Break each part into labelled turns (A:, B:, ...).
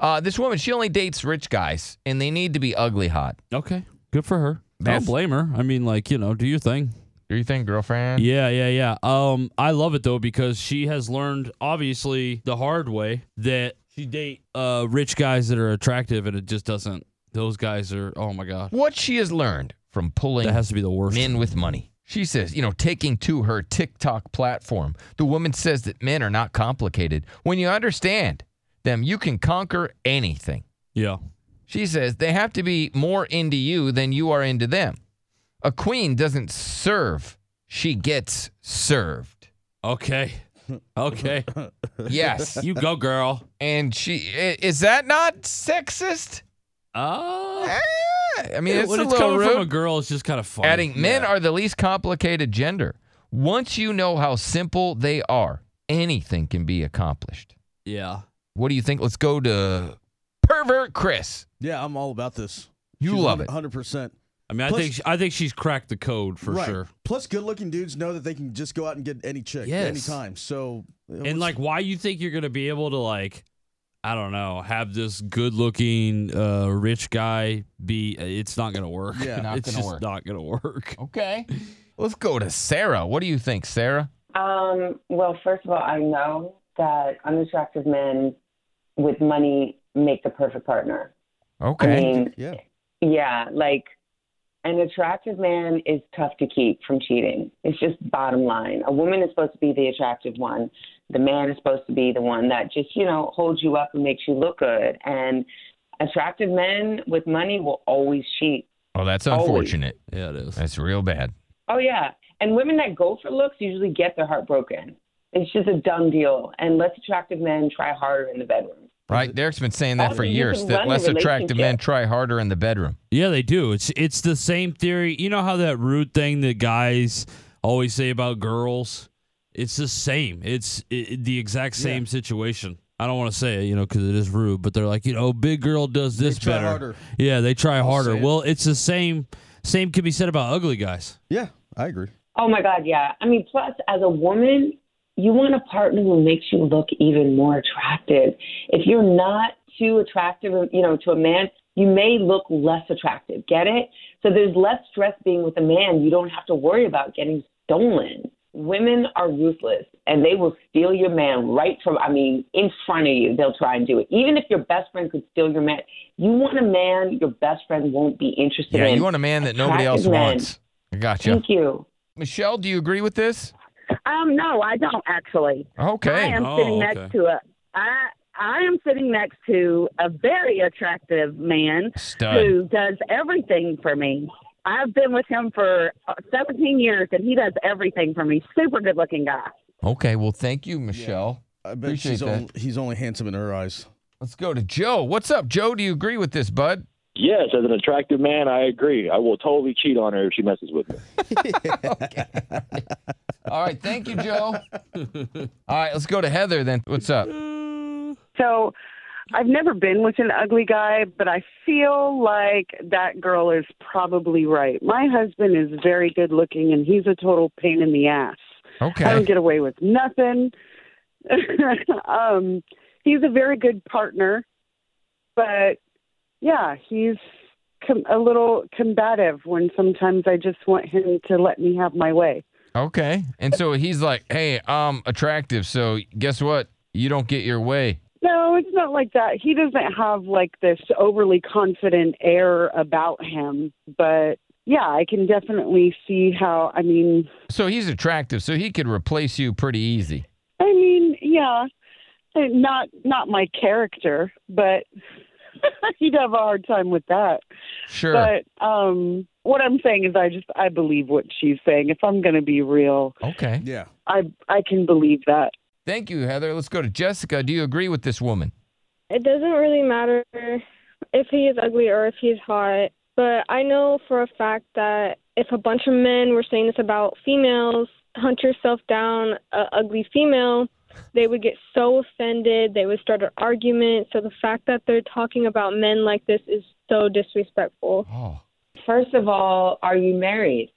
A: Uh, this woman, she only dates rich guys, and they need to be ugly hot.
B: Okay. Good for her.
A: That's-
B: Don't blame her. I mean, like, you know, do your thing.
A: Do you think, girlfriend?
B: Yeah, yeah, yeah. Um, I love it though because she has learned obviously the hard way that she date uh rich guys that are attractive and it just doesn't those guys are oh my god.
A: What she has learned from pulling
B: That has to be the worst.
A: men with money. She says, you know, taking to her TikTok platform, the woman says that men are not complicated. When you understand them, you can conquer anything.
B: Yeah.
A: She says they have to be more into you than you are into them. A queen doesn't serve, she gets served.
B: Okay. Okay.
A: Yes.
B: you go, girl.
A: and she i- is that not sexist?
B: Oh,
A: I mean, it's
B: when
A: a
B: it's
A: little
B: coming
A: rude.
B: from a girl, it's just kind of funny.
A: Adding, men are the least complicated gender. Once you know how simple they are, anything can be accomplished.
B: yeah.
A: What do you think? Let's go to pervert Chris.
C: Yeah, I'm all about this.
A: You
C: She's
A: love it.
C: 100%.
B: I mean, I
C: Plus-
B: think she, I think she's cracked the code for
C: Right.
B: sure.
C: Plus, good looking dudes know that they can just go out and get any chick
B: Yes.
C: anytime. So,
B: And like, why you think you're gonna be able to like, I don't know, have this good-looking uh, rich guy be? It's not gonna work.
C: Yeah.
A: Not
B: it's
A: gonna
B: just
A: work.
B: not gonna work.
A: Okay. Let's go to Sarah. What do you think, Sarah?
D: Um, well, first of all, I know that unattractive men with money make the perfect partner. I
A: Okay.
D: mean,
C: yeah.
D: yeah, like an attractive man is tough to keep from cheating. It's just bottom line. A woman is supposed to be the attractive one. The man is supposed to be the one that just, you know, holds you up and makes you look good. And attractive men with money will always cheat.
A: Oh, that's
D: always.
A: unfortunate.
B: Yeah, it is.
A: That's real bad.
D: Oh yeah, and women that go for looks usually get their heart broken. It's just a done deal. And less attractive men try harder in the bedroom.
A: Right? Derek's been saying that
D: Also,
A: for
D: you
A: years
D: can
A: that
D: run a
A: less attractive men
D: relationship.
A: try harder in the bedroom.
B: Yeah, they do. It's it's the same theory. You know how that rude thing that guys always say about girls. It's the same. It's i the exact same situation. I don't want to say it, you know, because it is rude, but they're like, you know, big girl does this
C: try
B: better.
C: harder.
B: Yeah, they try harder.
C: say it.
B: Well, it's the same. Same can be said about ugly guys.
C: Yeah, I agree.
D: Oh my God, yeah. I mean, plus as a woman, you want a partner who makes you look even more attractive. If you're not too attractive, you know, to a man, you may look less attractive. Get it? So there's less stress being with a man. You don't have to worry about getting stolen. Women are ruthless and they will steal your man right from, I mean, in front of you. They'll try and do it. Even if your best friend could steal your man, you want a man your best friend won't be interested
A: Yeah,
D: in.
A: you want a man that nobody else
D: Attractive men.
A: wants. I gotcha.
D: Thank you.
A: Michelle, do you agree with this?
E: Um, no, I don't actually. I
A: Okay.
E: am
B: Oh,
E: sitting
B: okay.
E: next to a I I am sitting next to a very attractive man
A: Stud.
E: who does everything for me. I've been with him for uh, 17 years, and he does everything for me. Super good looking guy.
A: Okay. Well, thank you, Michelle.
C: I bet
A: Appreciate
C: she's
A: that.
C: only, he's only handsome in her eyes.
A: Let's go to Joe. What's up, Joe? Do you agree with this, bud?
F: Yes, as an attractive man, I agree. I will totally cheat on her if she messes with me.
A: All right. Thank you, Joe. All right. Let's go to Heather then. What's up?
G: So I've never been with an ugly guy, but I feel like that girl is probably right. My husband is very good looking and he's a total pain in the ass. I don't
A: Okay.
G: get away with nothing. um, he's a very good partner, but yeah, he's com- a little combative when sometimes I just want him to let me have my way.
A: Okay. And so he's like, hey, I'm attractive. So guess what? You don't get your way.
G: No, it's not like that. He doesn't have like this overly confident air about him, but yeah, I can definitely see how I mean
A: So he's attractive. So he could replace you pretty easy.
G: I mean, yeah. Not not my character, but he'd have a hard time with that.
A: Sure.
G: But um what I'm saying is I just I believe what she's saying. If I'm gonna be real,
A: okay.
C: Yeah.
G: I I can believe that.
A: Thank you, Heather. Let's go to Jessica. Do you agree with this woman?
H: it doesn't really matter if he is ugly or if he's hot, but I know for a fact that if a bunch of men were saying this about females, hunt yourself down a ugly female, they would get so offended, they would start an argument. So the fact that they're talking about men like this is so disrespectful.
A: Oh.
D: First of all, are you married?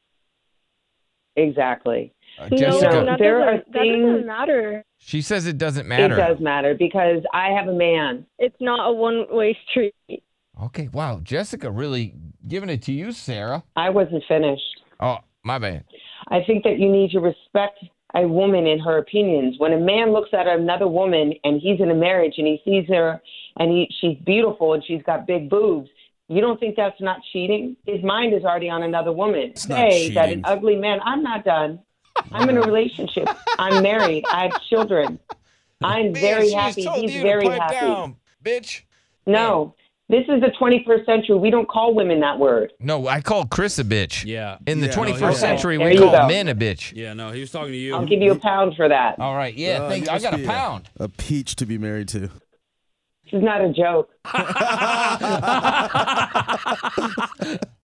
D: Exactly.
A: Uh,
H: no,
A: Jessica,
H: that
D: There are
H: doesn't, that
D: things-
H: doesn't matter.
A: she says it doesn't
D: It
A: matter.
D: does matter because I have a man.
H: It's not a one way street.
A: Okay, wow, Jessica really giving it to you, Sarah.
D: I wasn't finished.
A: Oh, my bad.
D: I think that you need to respect a woman in her opinions. When a man looks at another woman and he's in a marriage and he sees her and he, she's beautiful and she's got big boobs, you don't think that's not cheating? His mind is already on another woman.
C: It's not
D: Say that an
C: cheating.
D: ugly man, I'm not done. I'm in a relationship. I'm married. I have children. I'm very happy. He's very happy.
A: bitch.
D: No, this is the 21st century. We don't call women that word.
A: No, I called Chris a bitch.
B: Yeah.
A: In the
C: Yeah, no,
A: 21st
D: okay.
A: century,
D: There
A: we
D: you
A: call
D: go.
A: men a bitch.
B: Yeah, no, he was talking to you.
D: I'll give you a pound for that.
A: All right, yeah,
C: Uh,
A: thank
C: you
A: I
C: must
A: got a
C: be
A: pound.
C: A peach to be married to.
D: This is not a joke.